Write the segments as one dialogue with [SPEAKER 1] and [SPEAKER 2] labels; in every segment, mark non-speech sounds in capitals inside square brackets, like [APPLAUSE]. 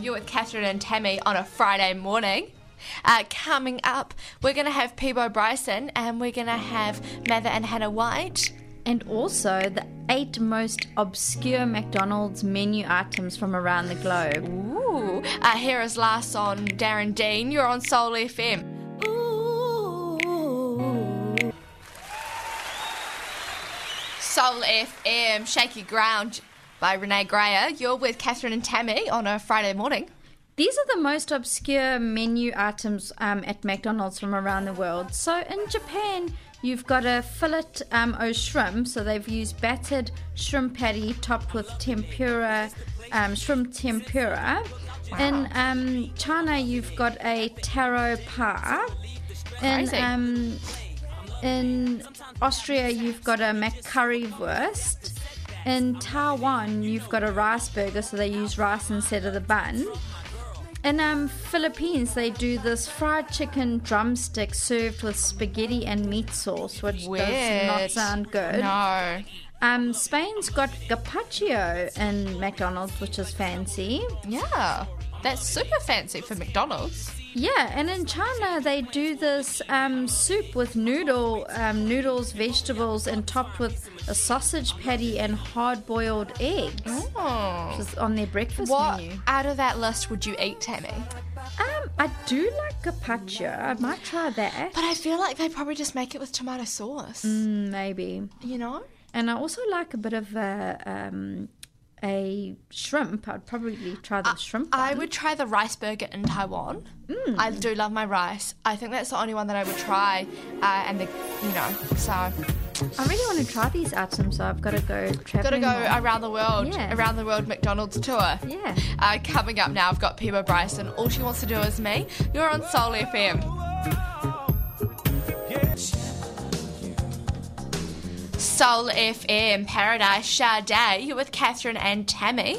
[SPEAKER 1] You're with Catherine and Tammy on a Friday morning. Uh, coming up, we're going to have Peebo Bryson and we're going to have Mather and Hannah White.
[SPEAKER 2] And also the eight most obscure McDonald's menu items from around the globe.
[SPEAKER 1] Ooh. Uh, here is last on Darren Dean. You're on Soul FM. Ooh. Soul FM, Shaky Ground by Renee Grayer. You're with Catherine and Tammy on a Friday morning.
[SPEAKER 2] These are the most obscure menu items um, at McDonald's from around the world. So in Japan, you've got a fillet um, o shrimp. So they've used battered shrimp patty topped with tempura, um, shrimp tempura. In um, China, you've got a taro pa. In,
[SPEAKER 1] Crazy.
[SPEAKER 2] um, in Austria, you've got a McCurrywurst. In Taiwan, you've got a rice burger, so they use rice instead of the bun. In um, Philippines, they do this fried chicken drumstick served with spaghetti and meat sauce, which does not
[SPEAKER 1] Weird.
[SPEAKER 2] sound good.
[SPEAKER 1] No.
[SPEAKER 2] Um, Spain's got gazpacho in McDonald's, which is fancy.
[SPEAKER 1] Yeah. That's super fancy for McDonald's.
[SPEAKER 2] Yeah, and in China they do this um, soup with noodle, um, noodles, vegetables, and topped with a sausage patty and hard-boiled eggs.
[SPEAKER 1] Oh.
[SPEAKER 2] Just on their breakfast
[SPEAKER 1] What
[SPEAKER 2] menu.
[SPEAKER 1] out of that list would you eat, Tammy?
[SPEAKER 2] Um, I do like gazpacho. I might try that.
[SPEAKER 1] But I feel like they probably just make it with tomato sauce,
[SPEAKER 2] Mm, Maybe.
[SPEAKER 1] you know?
[SPEAKER 2] And I also like a bit of a, um, a shrimp. I'd probably try the shrimp.
[SPEAKER 1] I
[SPEAKER 2] one.
[SPEAKER 1] would try the rice burger in Taiwan. I do love my rice. I think that's the only one that I would try. Uh, and the, you know, so
[SPEAKER 2] I really want to try these items, so I've got to go
[SPEAKER 1] got to
[SPEAKER 2] traveling.
[SPEAKER 1] go
[SPEAKER 2] more.
[SPEAKER 1] around the world,
[SPEAKER 2] Yeah.
[SPEAKER 1] around the world McDonald's tour.
[SPEAKER 2] Yeah.
[SPEAKER 1] Uh, coming up now, I've got Pima Bryson. All she wants to do is me. You're on Soul FM. Soul FM, Paradise Sade. You're with Catherine and Tammy.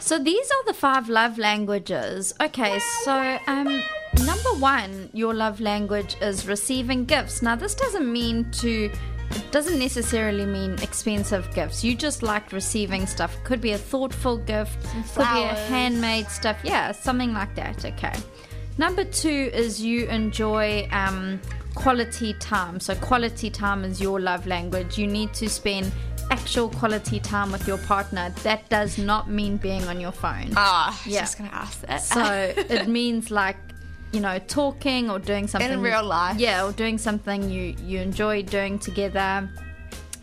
[SPEAKER 2] So these are the five love languages. Okay, so um number 1, your love language is receiving gifts. Now this doesn't mean to it doesn't necessarily mean expensive gifts. You just like receiving stuff. Could be a thoughtful gift, could be a
[SPEAKER 1] flowers.
[SPEAKER 2] handmade stuff. Yeah, something like that. Okay. Number 2 is you enjoy um quality time. So quality time is your love language. You need to spend actual quality time with your partner. That does not mean being on your phone.
[SPEAKER 1] Ah,
[SPEAKER 2] Yeah.
[SPEAKER 1] just going to ask that. [LAUGHS]
[SPEAKER 2] So it means like, you know, talking or doing something
[SPEAKER 1] real life.
[SPEAKER 2] Yeah, or doing something you you enjoy doing together.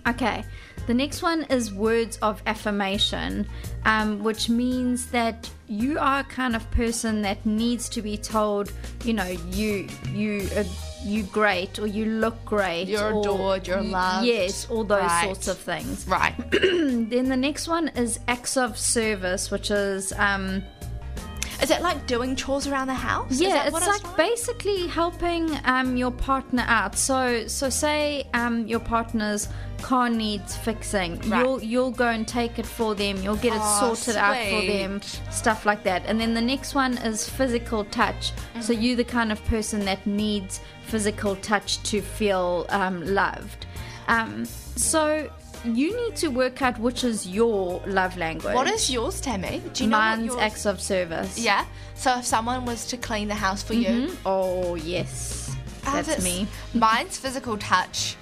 [SPEAKER 2] Okay. The next one is words of affirmation, um, which means that you are a kind of person that needs to be told, you know, you you uh, you great or you look great,
[SPEAKER 1] You're
[SPEAKER 2] or-
[SPEAKER 1] adored, you're loved.
[SPEAKER 2] yes, all those
[SPEAKER 1] Right.
[SPEAKER 2] sorts of things.
[SPEAKER 1] right.
[SPEAKER 2] Then the next one is acts of service, which is um,
[SPEAKER 1] Is it like doing chores around the house? Is
[SPEAKER 2] yeah,
[SPEAKER 1] that
[SPEAKER 2] it's
[SPEAKER 1] what
[SPEAKER 2] like
[SPEAKER 1] from?
[SPEAKER 2] basically helping um, your partner out. So so say um, your partner's car needs fixing,
[SPEAKER 1] Right.
[SPEAKER 2] you'll you'll go and take it for them, you'll get it
[SPEAKER 1] Aw,
[SPEAKER 2] sorted out for
[SPEAKER 1] sweet.
[SPEAKER 2] them, stuff like that. And then the next one is physical touch. So
[SPEAKER 1] Mm-hmm.
[SPEAKER 2] you're the kind of person that needs physical touch to feel um, loved. Um, so. You need to work out which is your love language.
[SPEAKER 1] What is yours, Tammy? Do you know what
[SPEAKER 2] Mine's
[SPEAKER 1] yours-
[SPEAKER 2] acts of service.
[SPEAKER 1] Yeah. So if someone was to clean the house for you,
[SPEAKER 2] Oh yes,
[SPEAKER 1] Ah,
[SPEAKER 2] that's, me. [LAUGHS]
[SPEAKER 1] Mine's physical touch,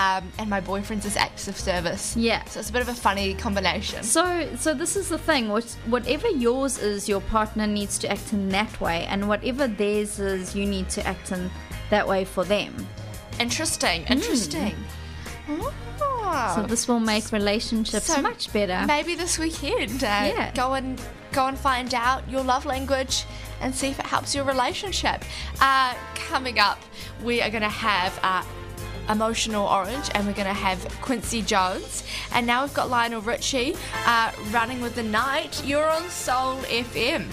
[SPEAKER 1] um, and my boyfriend's is acts of service.
[SPEAKER 2] Yeah.
[SPEAKER 1] So it's a bit of a funny combination.
[SPEAKER 2] So, so this is the thing. what- Whatever yours is, your partner needs to act in that way, and whatever theirs is, you need to act in that way for them.
[SPEAKER 1] Interesting. Interesting. Ah.
[SPEAKER 2] Hmm. So this will make relationships
[SPEAKER 1] So
[SPEAKER 2] much better.
[SPEAKER 1] Maybe this weekend, uh,
[SPEAKER 2] Yeah.
[SPEAKER 1] go and go and find out your love language and see if it helps your relationship. Uh, coming up, we are going to have. Uh, Emotional Orange, and we're going to have Quincy Jones. And now we've got Lionel Richie uh, running with the night. You're on Soul FM.